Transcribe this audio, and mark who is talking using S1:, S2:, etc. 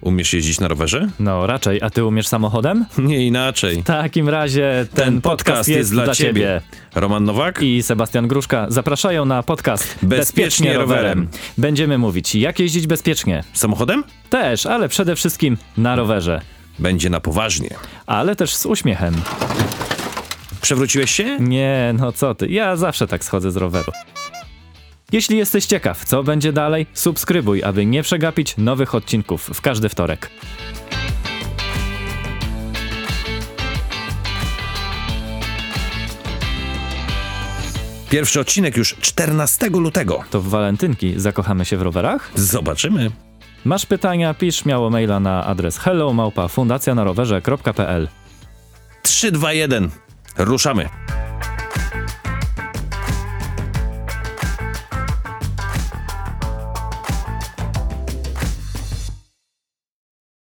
S1: Umiesz jeździć na rowerze?
S2: No raczej, a ty umiesz samochodem?
S1: Nie inaczej.
S2: W takim razie ten, podcast, jest, dla ciebie.
S1: Roman Nowak?
S2: I Sebastian Gruszka zapraszają na podcast
S1: Bezpiecznie rowerem.
S2: Będziemy mówić, jak jeździć bezpiecznie.
S1: Samochodem?
S2: Też, ale przede wszystkim na rowerze.
S1: Będzie na poważnie.
S2: Ale też z uśmiechem.
S1: Przewróciłeś się?
S2: Nie, no co ty, ja zawsze tak schodzę z roweru. Jeśli jesteś ciekaw, co będzie dalej, subskrybuj, aby nie przegapić nowych odcinków w każdy wtorek.
S1: Pierwszy odcinek już 14 lutego.
S2: To w walentynki zakochamy się w rowerach?
S1: Zobaczymy.
S2: Masz pytania, pisz śmiało maila na adres hello małpa fundacjanarowerze.pl
S1: 3, 2, 1. Ruszamy.